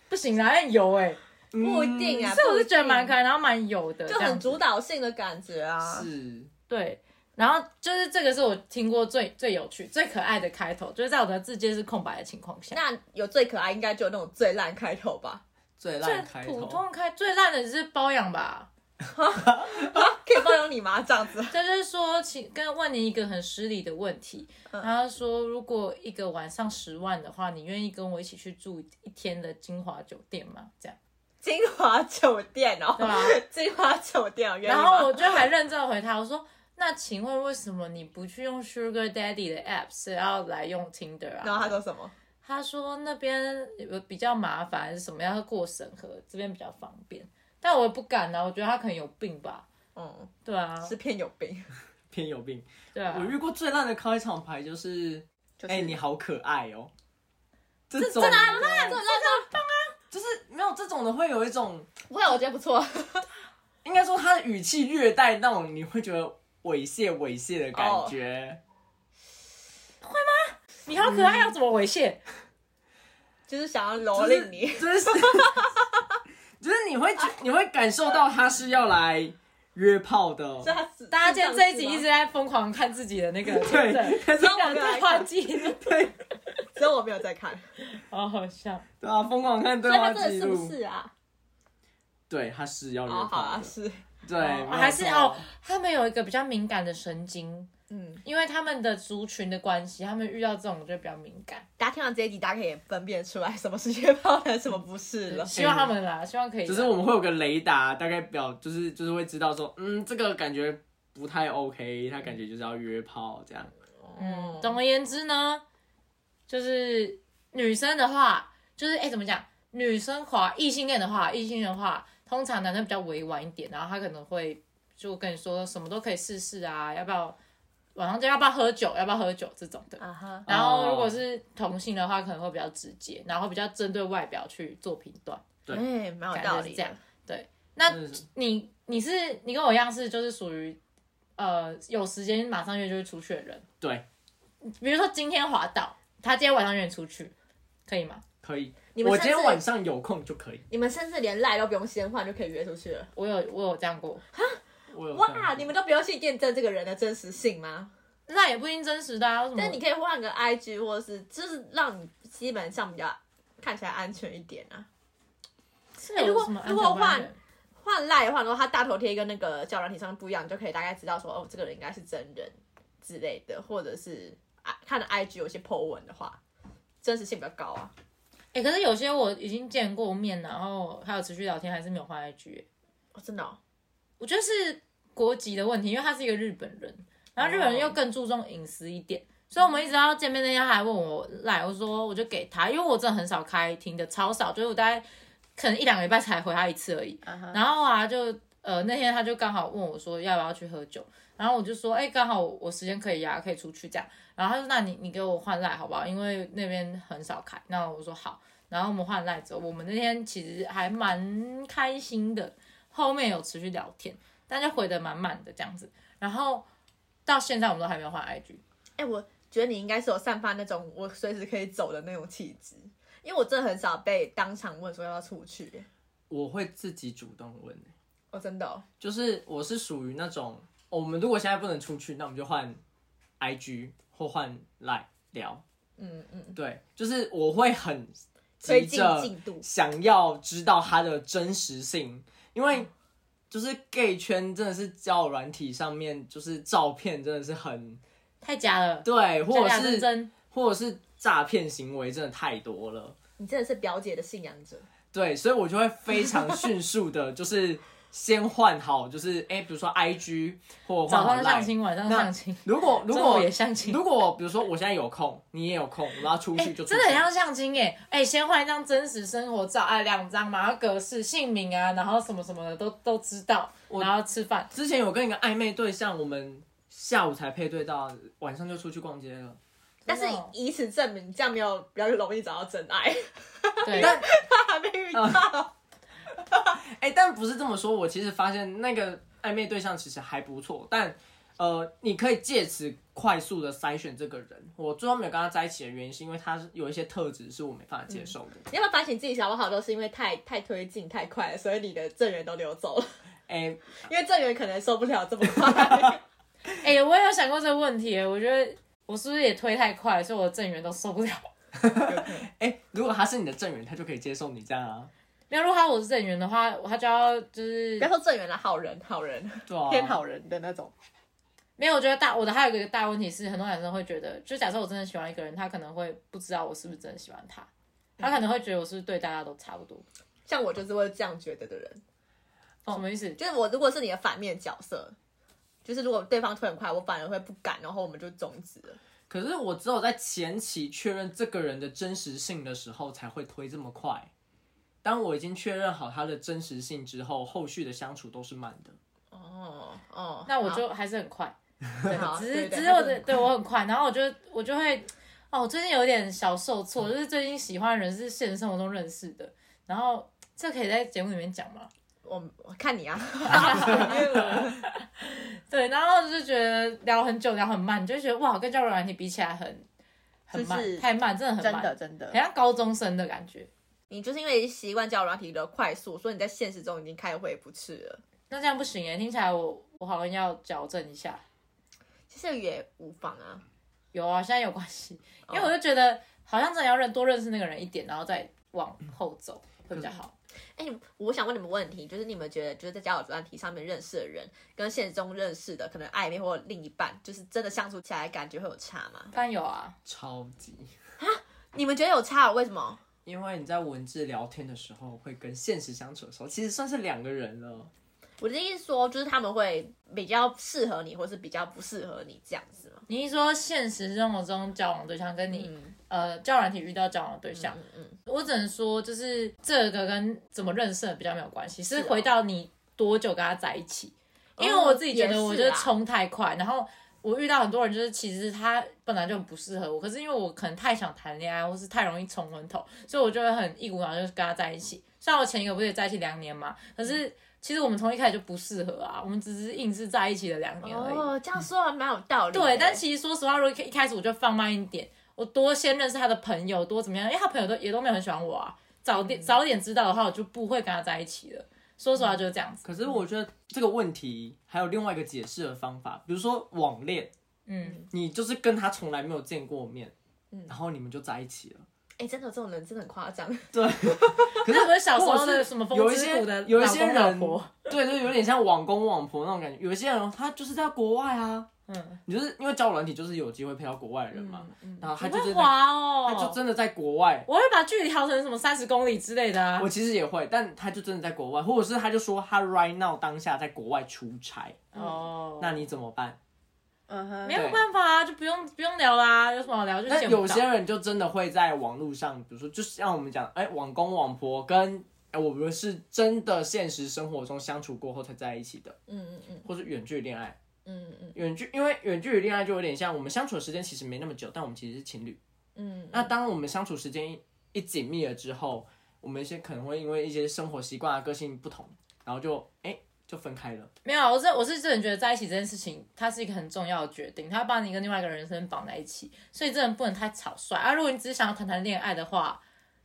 Speaker 2: 不行啦，很油哎、
Speaker 1: 嗯
Speaker 3: 不一定啊。
Speaker 2: 所以我是觉得蛮可
Speaker 3: 看，
Speaker 2: 爱，然后蛮油的，
Speaker 3: 就
Speaker 2: 这样
Speaker 3: 很
Speaker 2: 子
Speaker 3: 主导性的感觉啊。
Speaker 1: 嗯是
Speaker 2: 对。然后就是这个是我听过最最有趣、最可爱的开头，就是在我的字界是空白的情况下，
Speaker 3: 那有最可爱，应该就有那种最烂开头吧？
Speaker 1: 最
Speaker 2: 最
Speaker 1: 烂开
Speaker 2: 普
Speaker 1: 头，
Speaker 2: 通开最烂的是包养吧，
Speaker 3: 可以包容你吗？这样 子，
Speaker 2: 他就是说，请跟问你一个很失礼的问题，他说，如果一个晚上十万的话，你愿意跟我一起去住一天的金华酒店吗？这样，
Speaker 3: 金华酒店哦
Speaker 2: 对啊，
Speaker 3: 金华酒店哦，愿意
Speaker 2: 然
Speaker 3: 吗
Speaker 2: 后我就还认真地回他，我说，那请问为什么你不去用 Sugar Daddy 的 app，是要来用 Tinder 啊？
Speaker 3: 然后他说什么？
Speaker 2: 他说那边有比较麻烦，什么要过审核，这边比较方便，但我也不敢啊，我觉得他可能有病吧。
Speaker 3: 嗯，
Speaker 2: 对啊，
Speaker 3: 是骗有病，
Speaker 1: 偏有病。
Speaker 2: 对啊
Speaker 1: 我，遇过最烂的开场牌就是，
Speaker 3: 就是
Speaker 1: 哎、你好可爱哦、这种
Speaker 3: 真的啊
Speaker 1: 的
Speaker 3: 这种这种，
Speaker 1: 就是没有这种的会有一种，
Speaker 3: 不会，我觉得不错，
Speaker 1: 应该说他的语气略带那种你会觉得猥亵猥亵的感
Speaker 2: 哦
Speaker 1: 觉。
Speaker 2: 你好可爱，啊要怎么猥
Speaker 3: 嗯
Speaker 2: 亵？
Speaker 3: 就是想要
Speaker 1: 就
Speaker 3: 蹂
Speaker 1: 是
Speaker 3: 躏你，
Speaker 1: 就是 就是你会觉你会感受到他是要来约炮的，
Speaker 3: 所以他是啊
Speaker 2: 大家今天这一集一直
Speaker 3: 直，
Speaker 2: 在疯狂看自己的那个
Speaker 1: 对
Speaker 2: 对
Speaker 1: 只
Speaker 3: 有我
Speaker 2: 的
Speaker 3: 没有
Speaker 2: 对
Speaker 3: 来看
Speaker 2: 话记录，
Speaker 3: 所以我没有在看，
Speaker 2: 好好笑。
Speaker 1: 对啊，疯狂看对
Speaker 3: 所以
Speaker 1: 话
Speaker 3: 他真
Speaker 1: 记
Speaker 3: 的是不
Speaker 1: 录，
Speaker 3: 是啊？
Speaker 1: 对，他是要约
Speaker 3: 哦，好
Speaker 1: 炮
Speaker 3: 啊，
Speaker 1: 的，
Speaker 3: 是，
Speaker 1: 对，
Speaker 2: 哦
Speaker 1: 没有
Speaker 2: 还是
Speaker 1: 错
Speaker 2: 哦，他们有一个比较敏感的神经，
Speaker 3: 嗯，
Speaker 2: 因为他们的族群的关系，他们遇到这种就比较敏感。
Speaker 3: 大家听完这一集，大家可以分辨出来什么是约炮男，什么不是了。
Speaker 2: 希望他们啦，希望可以啦。
Speaker 1: 就是我们会有个雷达，大概表就是就是会知道说，嗯，这个感觉不太 OK，他感觉就是要约炮这样。
Speaker 2: 嗯，总而言之呢，就是女生的话，就是哎、诶怎么讲？女生滑异性恋的话，异性恋的话，通常男生比较委婉一点，然后他可能会就跟你说什么都可以试试啊，要不要晚上就要不要喝酒，要不要喝酒这种的。
Speaker 3: 啊哈，
Speaker 2: 然后如果是同性的话，可能会比较直接，然后比较针对外表去做评断，
Speaker 1: 对
Speaker 3: 哎，蛮有
Speaker 2: 感
Speaker 3: 道
Speaker 2: 觉
Speaker 3: 理
Speaker 2: 是
Speaker 3: 的，
Speaker 2: 这样。对，那
Speaker 1: 真的是
Speaker 2: 你你是你跟我一样是就是属于呃有时间马上约就会出去的人。
Speaker 1: 对，
Speaker 2: 比如说今天滑倒，他今天晚上约你出去，可以吗？
Speaker 1: 可以。
Speaker 3: 你们
Speaker 1: 我
Speaker 3: 甚
Speaker 1: 今
Speaker 3: 至
Speaker 1: 天晚上有空就可以。
Speaker 3: 你们甚至连赖都不用先换就可以约出去了。
Speaker 2: 我有我有这样过，
Speaker 1: 我有看
Speaker 3: 哇，
Speaker 1: 过
Speaker 3: 你们都不用去验证这个人的真实性吗？
Speaker 2: 那也不一定真实的啊。为什么
Speaker 3: 但你可以换个 IG，或者是就是让你基本上比较看起来安全一点啊。
Speaker 2: 是
Speaker 3: 哎如
Speaker 2: 有
Speaker 3: 果
Speaker 2: 什么安
Speaker 3: 如
Speaker 2: 全
Speaker 3: 果
Speaker 2: 观的
Speaker 3: 换换赖的话，如果他大头贴跟那个教软体上面不一样，你就可以大概知道说，哦，这个人应该是真人之类的，或者是啊，看了 IG 有一些 po 文的话，真实性比较高啊。
Speaker 2: 哎、可是有些我已经见过面，然后还有持续聊天，还是没有换 IG 欸、
Speaker 3: 哦，真的、哦，
Speaker 2: 我觉得是国籍的问题，因为他是一个日本人，然后日本人
Speaker 3: 哦
Speaker 2: 又更注重隐私一点，所以我们一直到见面那天他还问我来，我说我就给他，因为我真的很少开听的，超少，就是我大概可能一两个礼拜才回他一次而已。然后啊，就呃那天他就刚好问我说要不要去喝酒，然后我就说哎、刚好我我时间可以啊呀、可以出去这样。然后他说那你你给我换赖好不好？因为那边很少开。那我说好。然后我们换赖之后，我们那天其实还蛮开心的，后面有持续聊天，但就回的满满的这样子。然后到现在我们都还没有换 IG，
Speaker 3: 哎、我觉得你应该是有散发那种我随时可以走的那种气质，因为我真的很少被当场问说要不要出去耶。
Speaker 1: 我会自己主动问、
Speaker 3: 哦，真的、哦，
Speaker 1: 就是我是属于那种、哦我们如果现在不能出去，那我们就换 IG 或换 Line 聊。
Speaker 3: 嗯嗯，
Speaker 1: 对，就是我会很
Speaker 3: 推
Speaker 1: 急
Speaker 3: 进
Speaker 1: 着
Speaker 3: 进度
Speaker 1: 想要知道它的真实性，因为就是 gay 圈真的是交友软体上面，就是照片真的是很
Speaker 2: 太假了，
Speaker 1: 对，或者
Speaker 2: 假假真
Speaker 1: 是
Speaker 2: 真，
Speaker 1: 或者是诈骗行为真的太多了，
Speaker 3: 你真的是表姐的信仰者。
Speaker 1: 对，所以我就会非常迅速的，就是先换好，就是哎、诶比如说 IG 或换
Speaker 2: 早
Speaker 1: 好
Speaker 2: 上相
Speaker 1: Line。
Speaker 2: 亲，晚上
Speaker 1: 那
Speaker 2: 相亲，
Speaker 1: 如果如
Speaker 2: 中午
Speaker 1: 果
Speaker 2: 也相亲。
Speaker 1: 如果比如说我现在有空，你也有空，我们要出
Speaker 2: 哎、
Speaker 1: 去就出去，
Speaker 2: 真的很像相亲哎、哎、先换一张真实生活照，哎，两张嘛，然后格式、姓名啊，然后什么什么的都都知道，然后 吃饭，
Speaker 1: 之前有跟一个暧昧对象，我们下午才配对到，晚上就出去逛街了。
Speaker 3: 但是
Speaker 2: 真的哦
Speaker 3: 以此证明，这样没有比较容易找到真爱，
Speaker 2: 对，
Speaker 1: 但
Speaker 3: 他还没遇到。
Speaker 1: 哎、但不是这么说，我其实发现那个暧昧对象其实还不错，但呃，你可以借此快速的筛选这个人。我最后没有跟他在一起的原因，是因为他是有一些特质是我没办法接受的。
Speaker 3: 你要不要反省自己，想不好都是因为太太推进太快了，所以你的正缘都流走了，
Speaker 1: 哎、
Speaker 2: 嗯
Speaker 3: 因为正缘可能受不了这么快。
Speaker 2: 哎、我也有想过这个问题、哎我觉得我是不是也推太快，所以我的正缘都受不了。
Speaker 1: 哎哎、如果他是你的正缘，他就可以接受你这样啊。
Speaker 2: 没有，如果他我是正缘的话，他就要就是
Speaker 3: 不要说正缘了，好人好人哦
Speaker 1: 对啊，
Speaker 3: 偏好人的那种。
Speaker 2: 没有。我觉得大我的还有一个大问题是，很多男生会觉得，就假设我真的喜欢一个人，他可能会不知道我是不是真的喜欢他，他可能会觉得我是不是对大家都差不多，
Speaker 3: 像我就是会这样觉得的人，哦
Speaker 2: 什么意思？
Speaker 3: 就是我如果是你的反面角色，就是如果对方推很快，我反而会不敢，然后我们就终止了。
Speaker 1: 可是我只有在前期确认这个人的真实性的时候，才会推这么快。当我已经确认好他的真实性之后，后续的相处都是慢的。
Speaker 3: 哦哦，
Speaker 2: 那我就还是很快。
Speaker 3: 好
Speaker 2: 只
Speaker 3: 啊对
Speaker 2: 是
Speaker 3: 对
Speaker 2: 只是我
Speaker 3: 对
Speaker 2: 的对我很快，然后我就我就会哦，我最近有点小受
Speaker 3: 嗯
Speaker 2: 挫，就是最近喜欢的人是现实生活中认识的，然后这可以在节目里面讲吗？
Speaker 3: 我我看你啊，
Speaker 2: 对，然后就觉得聊很久，聊很慢，就觉得哇，跟交友软体比起来很很慢，
Speaker 3: 就是
Speaker 2: 太慢，真的很
Speaker 3: 真
Speaker 2: 慢，
Speaker 3: 的真的
Speaker 2: 很，像高中生的感觉。
Speaker 3: 你就是因为习惯交友软体的快速，所以你在现实中已经开始回不去了。
Speaker 2: 那这样不行哎，听起来我我好像要矫正一下。
Speaker 3: 其实也无妨啊，
Speaker 2: 有啊，现在有关系，因为我就觉得好像真的要认多认识那个人一点，然后再往后走会比较好。
Speaker 3: 哎、我想问你们问题，就是你们觉得，就是在交友专题上面认识的人，跟现实中认识的可能暧昧或另一半，就是真的相处起来感觉会有差吗？
Speaker 2: 但有啊，
Speaker 1: 超级，
Speaker 3: 你们觉得有差、哦？为什么？
Speaker 1: 因为你在文字聊天的时候，会跟现实相处的时候，其实算是两个人了。
Speaker 3: 我的意思说，就是他们会比较适合你，或是比较不适合你这样子吗？
Speaker 2: 你一说现实生活中交往对象跟你、
Speaker 3: 嗯
Speaker 2: 呃交友软体遇到交往的对象，
Speaker 3: 嗯嗯，
Speaker 2: 我只能说就是这个跟怎么认识的比较没有关系，是
Speaker 3: 哦
Speaker 2: 回到你多久跟他在一起。因为
Speaker 3: 哦
Speaker 2: 我自己觉得我
Speaker 3: 也
Speaker 2: 就是是
Speaker 3: 啦
Speaker 2: 冲太快，然后我遇到很多人就是其实他本来就很不适合我，可是因为我可能太想谈恋爱，或是太容易冲昏头，所以我就会很一股脑就是跟他在一起。虽然我前一个不是也在一起两年嘛，可是其实我们从一开始就不适合啊，我们只是硬是在一起了两年而已。
Speaker 3: 哦，这样说还蛮有道理的。
Speaker 2: 对，但其实说实话，如果一开始我就放慢一点，我多先认识他的朋友，多怎么样，因为他朋友都也都没有很喜欢我啊。早
Speaker 1: 嗯
Speaker 2: 点早点知道的话，我就不会跟他在一起了。说实话就是这样子。
Speaker 1: 可是我觉得这个问题还有另外一个解释的方法，比如说网恋，
Speaker 2: 嗯，
Speaker 1: 你就是跟他从来没有见过面，
Speaker 3: 嗯
Speaker 1: 然后你们就在一起了。
Speaker 3: 哎、真的有这种人真的很夸张。
Speaker 1: 对，可
Speaker 2: 那
Speaker 1: 是
Speaker 2: 不是小时
Speaker 1: 或
Speaker 2: 候
Speaker 1: 者
Speaker 2: 的
Speaker 1: 是
Speaker 2: 啊什么风
Speaker 1: 有一
Speaker 2: 之
Speaker 1: 些
Speaker 2: 谷的
Speaker 1: 有一
Speaker 2: 老
Speaker 1: 些
Speaker 2: 公老
Speaker 1: 人
Speaker 2: 婆，
Speaker 1: 对，就有点像网公网婆那种感觉。有一些人他就是在国外啊，
Speaker 2: 嗯，
Speaker 1: 你就是因为交友软体就是有机会配到国外的人嘛，
Speaker 3: 嗯
Speaker 1: 然后他
Speaker 2: 你
Speaker 1: 就
Speaker 2: 会
Speaker 1: 真的
Speaker 2: 滑
Speaker 1: 他就
Speaker 2: 哦。
Speaker 1: 真的在国外。
Speaker 2: 我会把距离调成什么三十公里之类的啊
Speaker 1: 我。其实也会，但他就真的在国外，或者是他就说他 right now 当下在国外出差，
Speaker 2: 哦，
Speaker 1: 那你怎么办？
Speaker 3: 嗯哼，
Speaker 2: 没有
Speaker 1: 对
Speaker 2: 办法啊，就不用不用聊啦，有什么好聊？就
Speaker 1: 那
Speaker 2: 见不
Speaker 1: 有
Speaker 2: 到
Speaker 1: 些人就真的会在网络上，比如说，就是像我们讲，哎、网公网婆跟哎、我们是真的现实生活中相处过后才在一起的，
Speaker 3: 嗯嗯嗯
Speaker 1: 或是远距离恋爱。
Speaker 3: 嗯嗯
Speaker 1: 远距，因为远距离恋爱就有点像我们相处的时间其实没那么久，但我们其实是情侣。
Speaker 3: 嗯，
Speaker 1: 那当我们相处时间一一紧密了之后，我们一些可能会因为一些生活习惯啊、个性不同，然后就哎、就分开了。
Speaker 2: 没有啊，我是我是真的觉得在一起这件事情，它是一个很重要的决定，它把你跟另外一个人生绑在一起，所以真的不能太草率啊。如果你只是想要谈谈恋爱的话，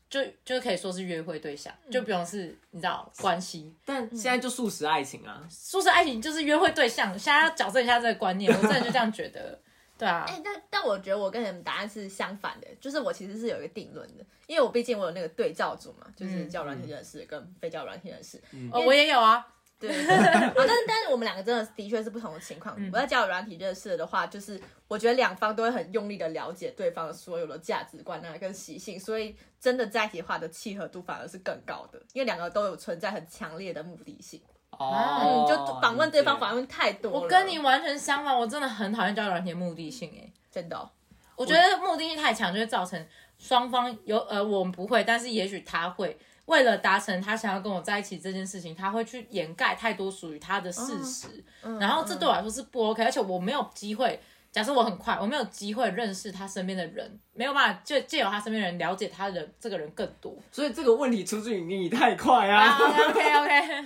Speaker 2: 就就可以说是约会对象，就不用是你知道关系。
Speaker 1: 但
Speaker 3: 嗯
Speaker 1: 现在就素食爱情啊，
Speaker 2: 说是爱情就是约会对象，现在要矫正一下这个观念，我真的就这样觉得。对啊，
Speaker 3: 哎、但但我觉得我跟你们答案是相反的，就是我其实是有一个定论的，因为我毕竟我有那个对照组嘛，就是
Speaker 2: 嗯
Speaker 3: 教软体人士跟非教软体人士，
Speaker 2: 哦，我也有啊，
Speaker 3: 对，啊，但是但是我们两个真的的确是不同的情况。
Speaker 2: 嗯
Speaker 3: 我在交友软体认识的话，就是我觉得两方都会很用力的了解对方的所有的价值观啊跟习性，所以真的在一起的话的契合度反而是更高的，因为两个都有存在很强烈的目的性。
Speaker 1: 哦，
Speaker 3: 嗯，就访问对方访
Speaker 1: 问
Speaker 3: 问太多了。
Speaker 2: 我跟你完全相反，我真的很讨厌交友软件的目的性哎、
Speaker 3: 真的哦、
Speaker 2: 我觉得目的性太强，就会造成双方有呃，我们不会，但是也许他会为了达成他想要跟我在一起这件事情，他会去掩盖太多属于他的
Speaker 3: 哦
Speaker 2: 事实，
Speaker 3: 嗯
Speaker 2: 然后这对我来说是不 OK，而且我没有机会。假设我很快，我没有机会认识他身边的人，没有办法借借由他身边的人了解他人这个人更多。
Speaker 1: 所以这个问题出自于你太快啊。
Speaker 2: OK OK，
Speaker 3: 哎、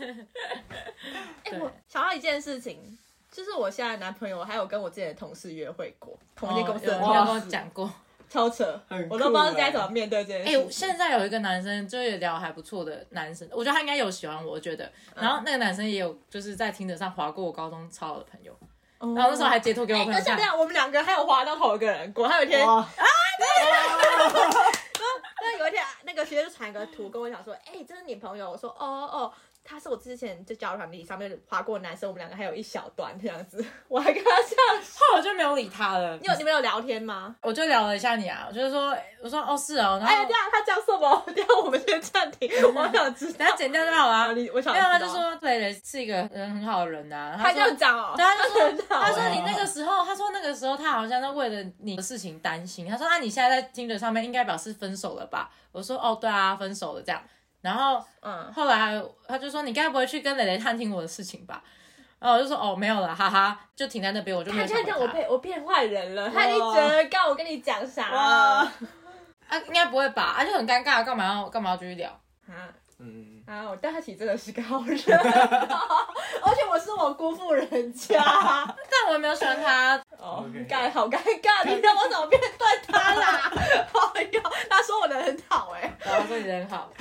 Speaker 2: 对
Speaker 3: 我想到一件事情，就是我现在的男朋友还有跟我之前的同事约会过，同一间公司的
Speaker 2: 哦有
Speaker 3: 同
Speaker 2: 有
Speaker 3: 事，
Speaker 2: 跟我讲过。
Speaker 3: 超扯
Speaker 1: 很，
Speaker 3: 我都不知道
Speaker 1: 酷
Speaker 3: 该
Speaker 1: 欸
Speaker 3: 怎么面对这件事
Speaker 2: 哎、
Speaker 3: 情。
Speaker 2: 我现在有一个男生，就是也聊得还不错的男生，我觉得他应该有喜欢我，我觉得。
Speaker 3: 嗯
Speaker 2: 然后那个男生也有就是在听者上划过我高中超好的朋友，
Speaker 3: 哦
Speaker 2: 然后那时候还截图给我
Speaker 3: 哎
Speaker 2: 朋
Speaker 3: 而
Speaker 2: 友
Speaker 3: 且
Speaker 2: 看
Speaker 3: 这。样，我们两个还有滑到同一个人过。还有一天，
Speaker 1: 哇
Speaker 3: 那有一天那个个学姐就传一个图跟我讲说，哎、这是你朋友。我说，哦哦哦，他是我之前就交友软体上面划过的男生，我们两个还有一小段这样子。 我还跟他这样说，
Speaker 2: 后来我就没有理他了
Speaker 3: 你。有你们有聊天吗？
Speaker 2: 我就聊了一下你啊，我就是说，我说哦是哦，然
Speaker 3: 哎呀，
Speaker 2: 后
Speaker 3: 对啊，他叫什么？ 等一下我们先暂停，我好想知道
Speaker 2: 等。下剪掉就好 啊。
Speaker 3: 啊
Speaker 2: 没
Speaker 3: 你我想
Speaker 2: 有，他
Speaker 3: 知
Speaker 2: 就
Speaker 3: 道
Speaker 2: 说对人是一个人很好的人呐、啊。
Speaker 3: 他
Speaker 2: 他
Speaker 3: 这
Speaker 2: 说
Speaker 3: 样讲哦，
Speaker 2: 对，他就说，
Speaker 3: 好
Speaker 2: 他说你那个时候，他说那个时候他好像在为了你的事情担心。他说啊那你现在在听着上面应该表示分手了吧？我说哦对啊，分手了这样。然后
Speaker 3: 嗯，
Speaker 2: 后来他就说你该不会去跟蕾蕾探听我的事情吧？然后我就说哦没有了，哈哈，就停在那边，我就没
Speaker 3: 他
Speaker 2: 有
Speaker 3: 这
Speaker 2: 想
Speaker 3: 样
Speaker 2: 回
Speaker 3: 讲我
Speaker 2: 他。
Speaker 3: 变我变坏人了，他一
Speaker 1: 哇
Speaker 3: 直告我跟你讲啥了
Speaker 1: 哇？
Speaker 2: 啊，应该不会吧？啊，就很尴尬，干嘛要干嘛要继续聊？
Speaker 3: 啊
Speaker 1: 嗯，
Speaker 3: 啊！我但他其实真的是个好人， 而且我是我辜负人 家。
Speaker 2: 但我也没有喜欢他，
Speaker 3: 哦
Speaker 1: OK，
Speaker 3: 尴好尴 尬，你让我怎么面对他啦？ 哎呦，他说我的很好哎、
Speaker 2: 然后说你人好。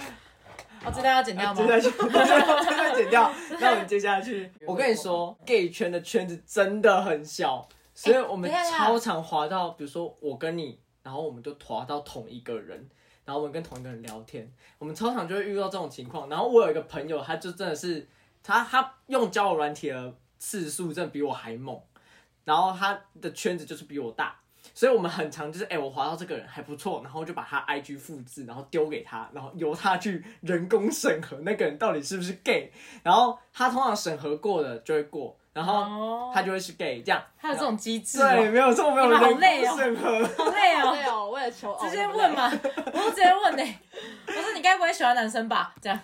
Speaker 2: 我知道啊要剪掉吗
Speaker 1: 真？的真 的真的剪掉。那我们接下去，我跟你说，gay 圈的圈子真的很小，所以我们
Speaker 2: 哎等一下
Speaker 1: 超常滑到，比如说我跟你，然后我们就滑到同一个人。然后我们跟同一个人聊天，我们超常就会遇到这种情况。然后我有一个朋友，他就真的是他他用交友软体的次数真的比我还猛，然后他的圈子就是比我大，所以我们很常就是哎、我滑到这个人还不错，然后就把他 IG 复制，然后丢给他，然后由他去人工审核那个人到底是不是 gay，然后他通常审核过的就会过，然后
Speaker 2: 哦，
Speaker 1: 他就会是 gay 这样。
Speaker 2: 还有这种机制、
Speaker 1: 对，
Speaker 2: 哦，
Speaker 1: 没有错，没有
Speaker 2: 你们
Speaker 1: 人
Speaker 2: 好
Speaker 1: 工
Speaker 2: 累哦
Speaker 1: 审核。
Speaker 2: 好累哦。
Speaker 3: 对哦，为了求偶
Speaker 2: 直接问？嘛，我就直接问呢、我说你该不会喜欢男生吧？这样，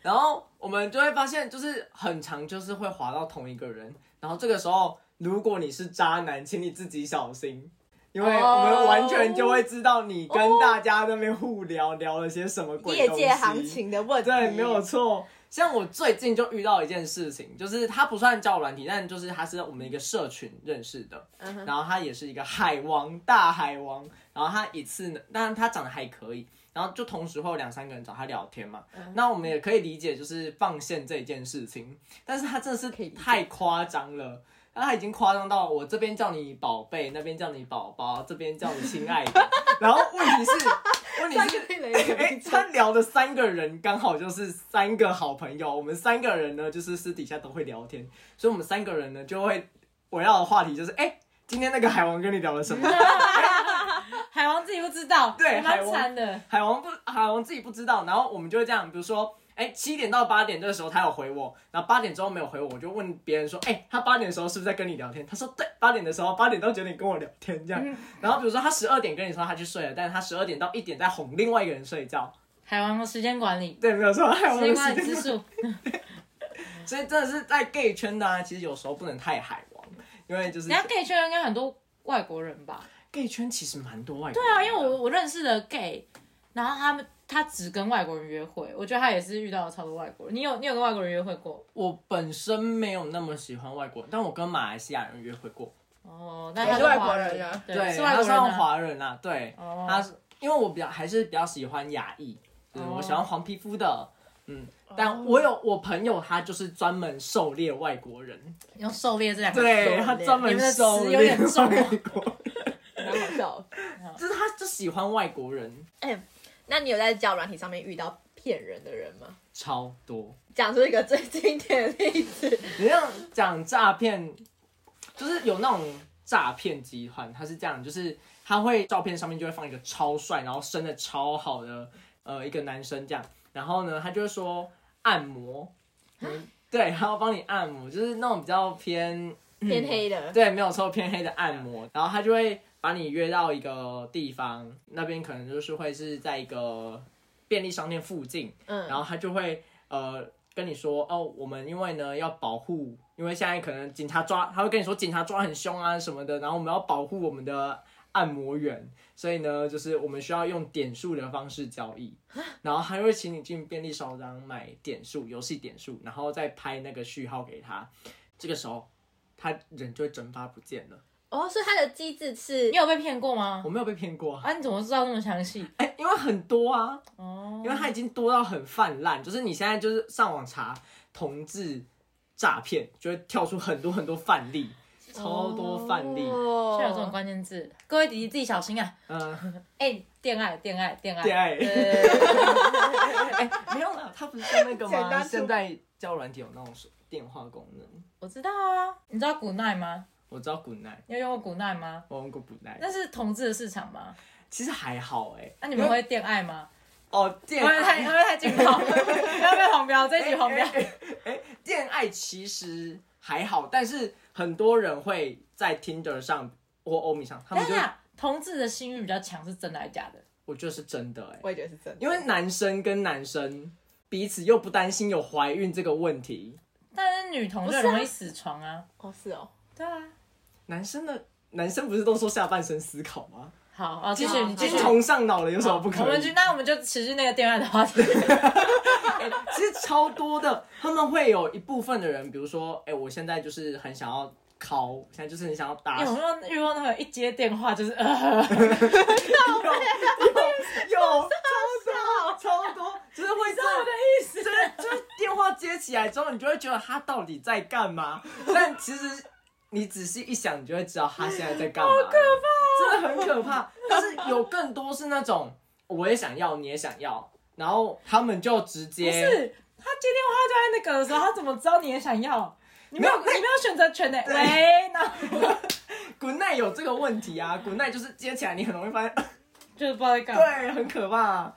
Speaker 1: 然后我们就会发现，就是很长，就是会滑到同一个人。然后这个时候，如果你是渣男，请你自己小心，因为
Speaker 3: 哦
Speaker 1: 我们完全就会知道你跟大家那边互聊、聊了些什么
Speaker 3: 对不
Speaker 1: 鬼
Speaker 3: 对业
Speaker 1: 东西
Speaker 3: 界行。情的问题，
Speaker 1: 对，没有错。像我最近就遇到一件事情，就是他不算交友软体，但就是他是我们一个社群认识的，
Speaker 3: 嗯哼
Speaker 1: 然后他也是一个海王，大海王。然后他一次呢，当然他长得还可以，然后就同时会有两三个人找他聊天嘛。
Speaker 3: 嗯
Speaker 1: 那我们也可以理解，就是放线这一件事情，但是他真的是
Speaker 3: 可以理解
Speaker 1: 太夸张了。那他已经夸张到我这边叫你宝贝，那边叫你宝宝，这边叫你亲爱 的。然后问题是，问题
Speaker 3: 三
Speaker 1: 是
Speaker 3: 个人
Speaker 1: 哎、他聊的三个人刚好就是三个好朋友，我们三个人呢就是私底下都会聊天，所以我们三个人呢就会围绕的话题就是，哎、今天那个海王跟你聊了 什么？
Speaker 2: 海王自己不知道，
Speaker 1: 对
Speaker 2: 还蛮惨的。
Speaker 1: 海王不，海王自己不知道，然后我们就会这样，比如说。哎，七点到八点这个时候他有回我，然后八点之后没有回我，我就问别人说，哎，他八点的时候是不是在跟你聊天？他说对，八点的时候，八点到九点跟我聊天这样。然后比如说他十二点跟你说他去睡了，但是他十二点到一点在哄另外一个人睡觉，
Speaker 2: 海王的时间管理，
Speaker 1: 对，没有错，海王 的
Speaker 2: 时
Speaker 1: 时
Speaker 2: 间管理
Speaker 1: 间
Speaker 2: 之术，
Speaker 1: 所以真的是在 gay 圈的啊，其实有时候不能太海王，因为就是
Speaker 2: 人家 gay 圈应该很多外国人吧？
Speaker 1: gay 圈其实蛮多外国
Speaker 2: 对
Speaker 1: 人的
Speaker 2: 啊，因为我我认识的 gay，然后他们他只跟外国人约会，我觉得他也是遇到了超多外国人。你有你有跟外国人约会过？
Speaker 1: 我本身没有那么喜欢外国人，但我跟马来西亚人约会过，
Speaker 2: 哦，那他
Speaker 3: 也是
Speaker 2: 华
Speaker 3: 外国人啊
Speaker 2: 对，是
Speaker 1: 他
Speaker 2: 外国人
Speaker 1: 算
Speaker 2: 啊。
Speaker 1: 华人啊，对，
Speaker 2: 哦
Speaker 1: 他是因为我比较还是比较喜欢亚裔，就是
Speaker 2: 哦
Speaker 1: 我喜欢黄皮肤的，嗯，但我有我朋友他就是专门狩猎外国人，
Speaker 2: 用哦狩猎这两个字，
Speaker 1: 对他专
Speaker 2: 你
Speaker 1: 门
Speaker 2: 们的词
Speaker 1: 狩
Speaker 2: 有
Speaker 1: 猎
Speaker 2: 点重
Speaker 1: 外
Speaker 2: 哦
Speaker 1: 国人，
Speaker 3: 蛮好笑。
Speaker 1: 就是他就喜欢外国人
Speaker 3: 哎、那你有在交友软体上面遇到骗人的人吗？
Speaker 1: 超多。
Speaker 3: 讲出一个最经典的例子，
Speaker 1: 你这样讲诈骗，就是有那种诈骗集团，他是这样，就是他会照片上面就会放一个超帅，然后生的超好的呃一个男生这样，然后呢，他就会说按摩，嗯对，他要帮你按摩，就是那种比较偏
Speaker 3: 偏黑的，
Speaker 1: 对，没有错，偏黑的按摩，然后他就会把你约到一个地方，那边可能就是会是在一个便利商店附近，
Speaker 3: 嗯
Speaker 1: 然后他就会呃跟你说哦，我们因为呢要保护，因为现在可能警察抓，他会跟你说警察抓很凶啊什么的，然后我们要保护我们的按摩员，所以呢就是我们需要用点数的方式交易，然后还会请你进便利商店买点数，游戏点数，然后再拍那个序号给他，这个时候。他人就会蒸发不见了。
Speaker 3: 哦，所以他的机制是
Speaker 2: 你有被骗过吗？
Speaker 1: 我没有被骗过啊，
Speaker 2: 啊，你怎么知道那么详细？
Speaker 1: 哎、因为很多啊，
Speaker 2: 哦
Speaker 1: 因为它已经多到很泛滥，就是你现在就是上网查同志诈骗，就会跳出很多很多范例。超多范例。
Speaker 2: 就
Speaker 3: 哦
Speaker 2: 有这种关键字，各位弟弟自己小心啊！
Speaker 1: 嗯，
Speaker 2: 哎、恋爱，恋爱，恋爱，哎
Speaker 1: 恋爱
Speaker 2: 对
Speaker 1: 没有啦，它不是像那个
Speaker 3: 简单
Speaker 1: 吗？
Speaker 3: 粗
Speaker 1: 现在交友软体有那种电话功能，
Speaker 2: 我知道啊，你知道古奈吗？
Speaker 1: 我知道 Good night，
Speaker 2: 你有用过古奈吗？
Speaker 1: 我用过 Good night，
Speaker 2: 那是同志的市场吗？
Speaker 1: 其实还好哎、
Speaker 2: 那、你们会恋爱吗？
Speaker 1: 哦，
Speaker 2: 会
Speaker 1: 电
Speaker 2: 不会太会不会太劲爆？要不要黄标？这一集黄标。
Speaker 1: 哎恋爱其实还好，但是很多人会在 Tinder 上或欧米上，他们
Speaker 2: 等一
Speaker 1: 就
Speaker 2: 下，同志的啊性欲比较强是真的还是假的？
Speaker 1: 我觉得是真的哎、
Speaker 3: 我也觉得是真的，
Speaker 1: 因为男生跟男生彼此又不担心有怀孕这个问题，
Speaker 2: 但是女同
Speaker 3: 不
Speaker 2: 就
Speaker 3: 是
Speaker 2: 很
Speaker 3: 啊
Speaker 2: 容易死床啊。
Speaker 3: 哦是哦，
Speaker 2: 对啊。
Speaker 1: 男生的男生不是都说下半身思考吗？
Speaker 2: 好，哦，继
Speaker 1: 精
Speaker 2: 续，你
Speaker 1: 神
Speaker 2: 继
Speaker 1: 精
Speaker 2: 续。
Speaker 1: 虫上脑了，有什么不
Speaker 2: 我
Speaker 1: 可
Speaker 2: 们
Speaker 1: 以
Speaker 2: 就？那我们就持续那个恋爱的话 题。
Speaker 1: 其实超多的，他们会有一部分的人，比如说，哎、我现在就是很想要考，现在就是很想要打，
Speaker 2: 有没有遇过那个一接电话就是呃，
Speaker 1: 有超多超多，就是会这样的意思，就是就是电话接起来之后，你就会觉得他到底在干 嘛？但其实你仔细一想，你就会知道他现在在干嘛。好可怕、哦真的很可怕。但是有更多是那种我也想要，你也想要，然后他们就直
Speaker 2: 不
Speaker 1: 接
Speaker 2: 是他接电话就在那个的时候，他怎么知道你也想要？你没有，哎你
Speaker 1: 没有
Speaker 2: 没有选择权呢。
Speaker 1: 对
Speaker 2: 喂，那
Speaker 1: 滚奈有这个问题啊，滚奈就是接起来你很容易发 现，
Speaker 2: 就是不知道在干嘛。
Speaker 1: 对，很可怕、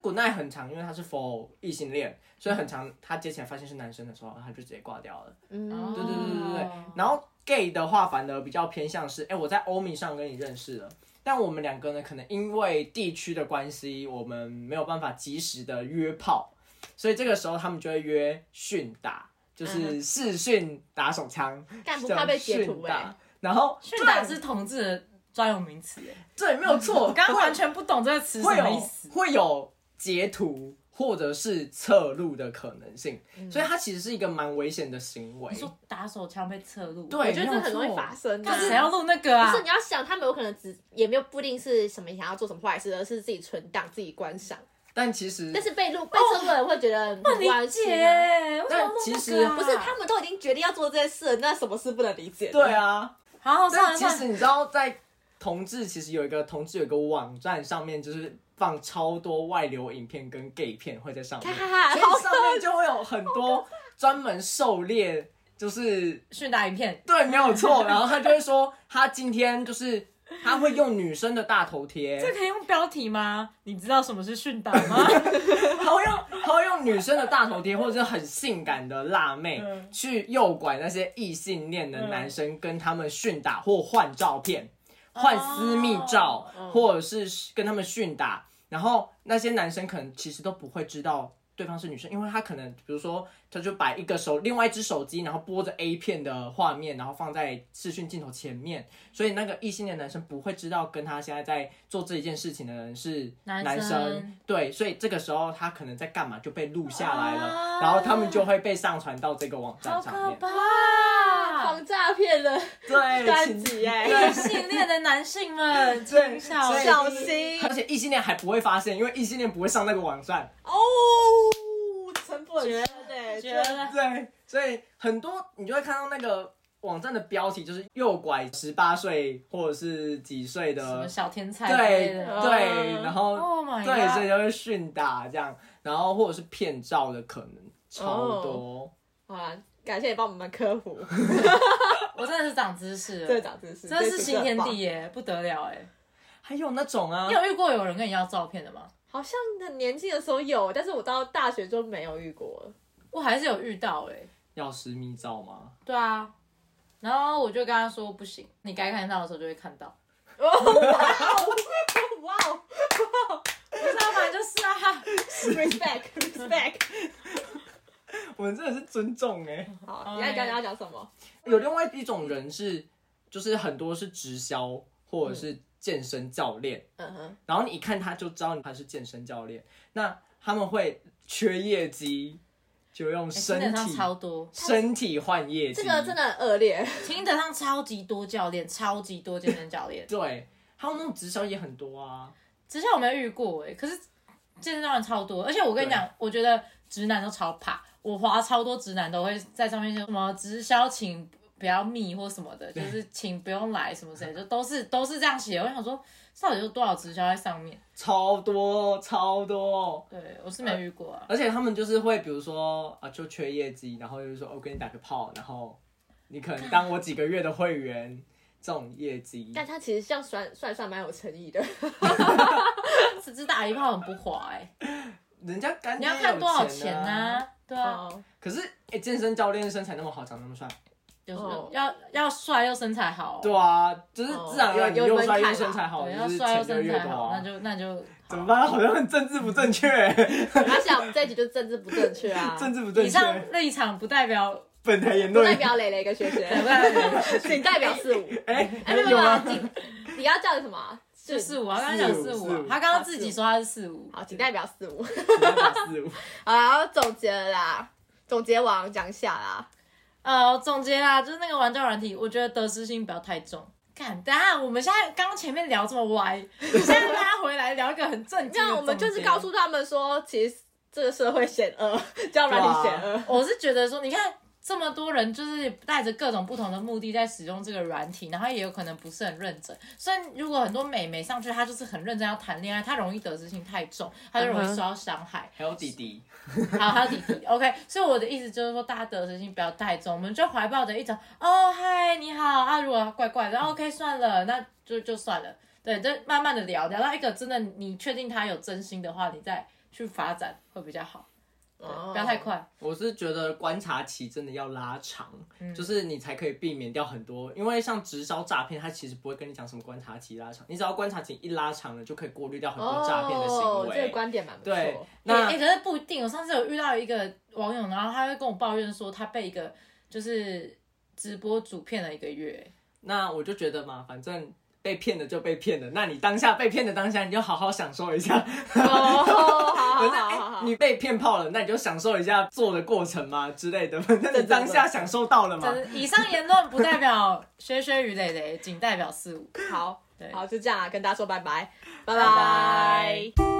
Speaker 1: 滚奈很长，因为他是 for 异性恋，所以很长。他接起来发现是男生的时候，他就直接挂掉了。
Speaker 3: 嗯
Speaker 1: 对对对对对
Speaker 2: 哦。
Speaker 1: 然后 gay 的话，反而比较偏向是，哎、我在欧米上跟你认识了，但我们两个呢，可能因为地区的关系，我们没有办法及时的约炮，所以这个时候他们就会约训打，就是视讯打手枪，
Speaker 3: 干不
Speaker 1: 这样
Speaker 3: 怕被截图
Speaker 1: 训
Speaker 3: 哎、
Speaker 1: 打然后
Speaker 2: 训导是同志的专有名词耶，
Speaker 1: 对，没有错，
Speaker 2: 我刚刚完全不懂这个词
Speaker 1: 会
Speaker 2: 什么意
Speaker 1: 有
Speaker 2: 思。
Speaker 1: 会有截图或者是侧录的可能性，所以它其实是一个蛮危险的行为
Speaker 2: 你。说打手枪被侧录，
Speaker 1: 对
Speaker 3: 我觉得这很容易发生、啊。
Speaker 2: 干谁要录那个啊
Speaker 3: 不？是你要想，他们有可能只也没有不一定是什么想要做什么坏事，而是自己存档自己观赏。
Speaker 1: 但其实
Speaker 3: 但是被录被车的人会觉得很
Speaker 2: 不
Speaker 1: 哦
Speaker 3: 不安
Speaker 2: 理
Speaker 3: 心
Speaker 2: 解，
Speaker 3: 啊、
Speaker 2: 为什么录
Speaker 1: 但其
Speaker 2: 那
Speaker 1: 实
Speaker 2: 个啊？
Speaker 3: 不是他们都已经决定要做这件事了，那什么事不能理解？
Speaker 1: 对，啊，
Speaker 2: 好好算
Speaker 1: 但
Speaker 2: 了
Speaker 1: 其
Speaker 2: 算
Speaker 1: 实
Speaker 2: 了，
Speaker 1: 你知道，在同志其实有一个同志有一个网站上面，就是放超多外流影片跟 gay 片会在上面，
Speaker 3: 哈
Speaker 1: 所
Speaker 3: 哈 哈，
Speaker 1: 以上面就会有很多专门狩猎，就是
Speaker 2: 训打影片，
Speaker 1: 对，没有错。然后他就会说，他今天就是他会用女生的大头贴，
Speaker 2: 这可以用标题吗？你知道什么是训打吗？
Speaker 1: 他会用他会用女生的大头贴或者是很性感的辣妹
Speaker 2: 嗯
Speaker 1: 去诱拐那些异性恋的男生，跟他们训打或换照片、换私密照，或者是跟他们训打。然后那些男生可能其实都不会知道对方是女生，因为他可能比如说他就摆一个手另外一只手机，然后播着 A 片的画面，然后放在视讯镜头前面，所以那个异性恋男生不会知道跟他现在在做这一件事情的人是
Speaker 2: 男
Speaker 1: 男
Speaker 2: 生
Speaker 1: 对，所以这个时候他可能在干嘛就被录下来了，
Speaker 2: 啊
Speaker 1: 然后他们就会被上传到这个网站
Speaker 2: 好
Speaker 1: 上
Speaker 2: 可
Speaker 1: 面。
Speaker 2: 怕！
Speaker 3: 防诈骗的
Speaker 1: 对，
Speaker 3: 单
Speaker 1: 请
Speaker 3: 集哎、
Speaker 2: 异性恋的男性们，
Speaker 1: 对
Speaker 2: 请小
Speaker 1: 所以
Speaker 2: 心。
Speaker 3: 小心
Speaker 1: 而且异性恋还不会发现，因为异性恋不会上那个网站。
Speaker 3: 哦，成本
Speaker 2: 绝
Speaker 3: 对，
Speaker 2: 觉得
Speaker 1: 对，所以很多你就会看到那个网站的标题就是诱拐十八岁或者是几岁
Speaker 2: 什么
Speaker 1: 的，
Speaker 2: 小天才之类
Speaker 1: 对
Speaker 2: 的
Speaker 3: 哦
Speaker 1: 对，然后、
Speaker 2: ？Oh my
Speaker 1: 对，所以
Speaker 2: god！
Speaker 1: 就会训打这样，然后或者是骗照的可能超多。
Speaker 3: 好啦，感谢你帮我们科普
Speaker 2: 我真的是长知识
Speaker 3: 这
Speaker 2: 了，
Speaker 3: 长知识，
Speaker 2: 真的是
Speaker 3: 这
Speaker 2: 新天
Speaker 3: 很棒
Speaker 2: 地，耶，不得了哎！
Speaker 1: 还有那种啊
Speaker 2: 你，有遇过有人跟你要照片的吗？
Speaker 3: 好像很年轻的时候有，但是我到大学就没有遇过了。
Speaker 2: 我还是有遇到哎、
Speaker 1: 要私密照吗？
Speaker 2: 对啊，然后我就跟他说不行，你该看到的时候就会看到。
Speaker 3: 哇哦，哇哦
Speaker 2: 不是啊，反正就是 啊，
Speaker 3: ，respect，respect。
Speaker 1: 我们真的是尊重哎、
Speaker 3: 好，你要讲你要讲什么？
Speaker 1: 有另外一种人是，就是很多是直销或者是健身教练，
Speaker 3: 嗯哼，
Speaker 1: 然后你一看他就知道他是健身教练，那他们会缺业绩，就用
Speaker 2: 欸听
Speaker 1: 身
Speaker 2: 得上
Speaker 1: 体、
Speaker 2: 超多，
Speaker 1: 身体换业绩，
Speaker 3: 这个真的很恶劣。
Speaker 2: 听得上超级多教练，超级多健身教练。
Speaker 1: 对，还有那种直销也很多啊，
Speaker 2: 之前我没有遇过哎、可是健身教练超多，而且我跟你讲，我觉得直男都超怕，我滑超多直男都会在上面说什么直销请不要密或什么的，就是请不用来什么之类的，就都是都是这样写。我想说，到底有多少直销在上面？
Speaker 1: 超多超多。
Speaker 2: 对我是没遇过 啊。
Speaker 1: 而且他们就是会，比如说啊，就缺业绩，然后就是说，我、哦、给你打个炮，然后你可能当我几个月的会员，这种业绩。
Speaker 3: 但他其实这样算算算蛮有诚意的，
Speaker 2: 只只打一炮很不滑哎、
Speaker 1: 人家干、
Speaker 2: 你要看多少钱呢、
Speaker 1: 啊？
Speaker 2: 对啊，
Speaker 3: 哦
Speaker 1: 可是，哎、健身教练身材那么好，长那么帅，
Speaker 2: 就是
Speaker 3: 哦
Speaker 2: 要要帅又身材好，
Speaker 1: 对啊，就是
Speaker 3: 哦
Speaker 1: 自然而然你
Speaker 3: 有有
Speaker 1: 又帅
Speaker 3: 门槛
Speaker 1: 又
Speaker 3: 啊
Speaker 1: 身材好，
Speaker 2: 对，
Speaker 1: 就
Speaker 2: 要
Speaker 1: 是
Speaker 2: 帅又
Speaker 1: 钱就
Speaker 2: 身
Speaker 1: 越
Speaker 2: 材
Speaker 1: 多
Speaker 2: 好，那
Speaker 1: 啊。
Speaker 2: 就 那就
Speaker 1: 怎么办？好像很政治不正 确、
Speaker 3: 没关系啊，我们这一集就是 政治不正确啊，
Speaker 1: 政治不
Speaker 2: 以
Speaker 1: 正确。
Speaker 2: 上立场不代表，
Speaker 1: 本台言
Speaker 3: 不代
Speaker 1: 论，
Speaker 3: 表蕾蕾跟学 学
Speaker 2: 不，代表
Speaker 3: 仅代表四五。
Speaker 1: 哎、
Speaker 3: 哎，没有没
Speaker 1: 有
Speaker 3: 有
Speaker 1: 吗？
Speaker 3: 没有，你你要叫你什么啊？
Speaker 2: 就
Speaker 3: 四
Speaker 2: 四五啊，刚刚讲四
Speaker 1: 四
Speaker 2: 五
Speaker 1: 五
Speaker 2: 啊
Speaker 1: 四，五
Speaker 2: 他刚刚自己说他是四五，
Speaker 3: 好，仅代表四五。
Speaker 1: 四五
Speaker 3: 好啦，然后总结了啦，总结完讲一下啦。
Speaker 2: 呃，总结啦，就是那个玩交友软体，我觉得得失心不要太重。干，等一下我们现在刚前面聊这么歪，现在拉回来聊一个很正经。
Speaker 3: 那我们就是
Speaker 2: 啊
Speaker 3: 告，诉他们说，其实这个社会险恶， 叫软体险恶。
Speaker 2: 我是觉得说，你看这么多人就是带着各种不同的目的在使用这个软体，然后也有可能不是很认真。所以如果很多美眉上去，她就是很认真要谈恋爱，她容易得失心太重，她就容易
Speaker 3: 嗯
Speaker 2: 受到伤害。
Speaker 1: 还有弟弟，
Speaker 2: 好，还有弟弟，OK。所以我的意思就是说，大家得失心不要太重，我们就怀抱着一种哦嗨你好啊，如果怪怪的哦，OK 算了，那就就算了。对，就慢慢的聊，聊到一个真的你确定他有真心的话，你再去发展会比较好，对
Speaker 3: 哦
Speaker 2: 不要太。快。
Speaker 1: 我是觉得观察期真的要拉长，
Speaker 3: 嗯
Speaker 1: 就是你才可以避免掉很多。因为像直销诈骗，它其实不会跟你讲什么观察期拉长，你只要观察期一拉长了，就可以过滤掉很多诈骗的行
Speaker 3: 哦，这
Speaker 1: 为。
Speaker 3: 个观点蛮不错。
Speaker 1: 对，
Speaker 2: 哎、
Speaker 1: 那
Speaker 2: 欸可是不一定。我上次有遇到一个网友，然后他会跟我抱怨说，他被一个就是直播主骗了一个月。
Speaker 1: 那我就觉得嘛，反正被骗的就被骗的，那你当下被骗的当下，你就好好享受一下。
Speaker 3: 哦，好好
Speaker 1: 反正、
Speaker 3: 好好
Speaker 1: 哎
Speaker 3: 好，
Speaker 1: 你被骗炮了，那你就享受一下做的过程嘛之类的。反正你当下享受到了嘛
Speaker 2: 真。的，以上言论不代表 薛薛与蕾蕾，仅代表四五。
Speaker 3: 好
Speaker 2: 对
Speaker 3: 好就这样啊，跟大家说拜拜，拜
Speaker 2: 拜
Speaker 3: 拜。